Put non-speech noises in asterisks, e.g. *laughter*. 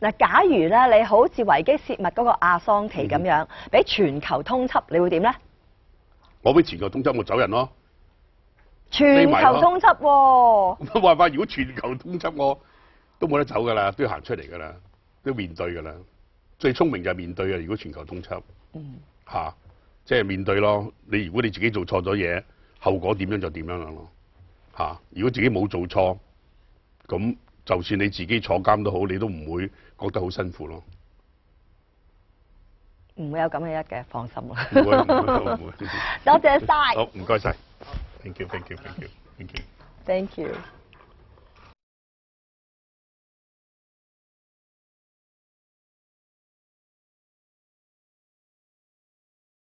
嗱，假如咧你好似維基泄密嗰個阿桑嗯奇咁樣，俾全球通緝，你會點咧？我俾全球通緝我走人咯。全球通緝喎，冇辦啊法，如果全球通緝我，都冇得走噶啦，都要行出嚟噶啦，都要面對噶啦。最聰明就係面對啊！如果全球通緝，嚇、即係面對咯。你如果你自己做錯咗嘢，後果點樣就點樣樣咯。嚇、如果自己冇做錯，咁就算你自己坐監都好，你都唔會覺得好辛苦咯。唔會有咁嘅一嘅，放心啦。唔會，唔會，唔會。 *laughs* 多謝晒好，唔該晒。Thank you，thank you，thank you，thank you。 ，thank you。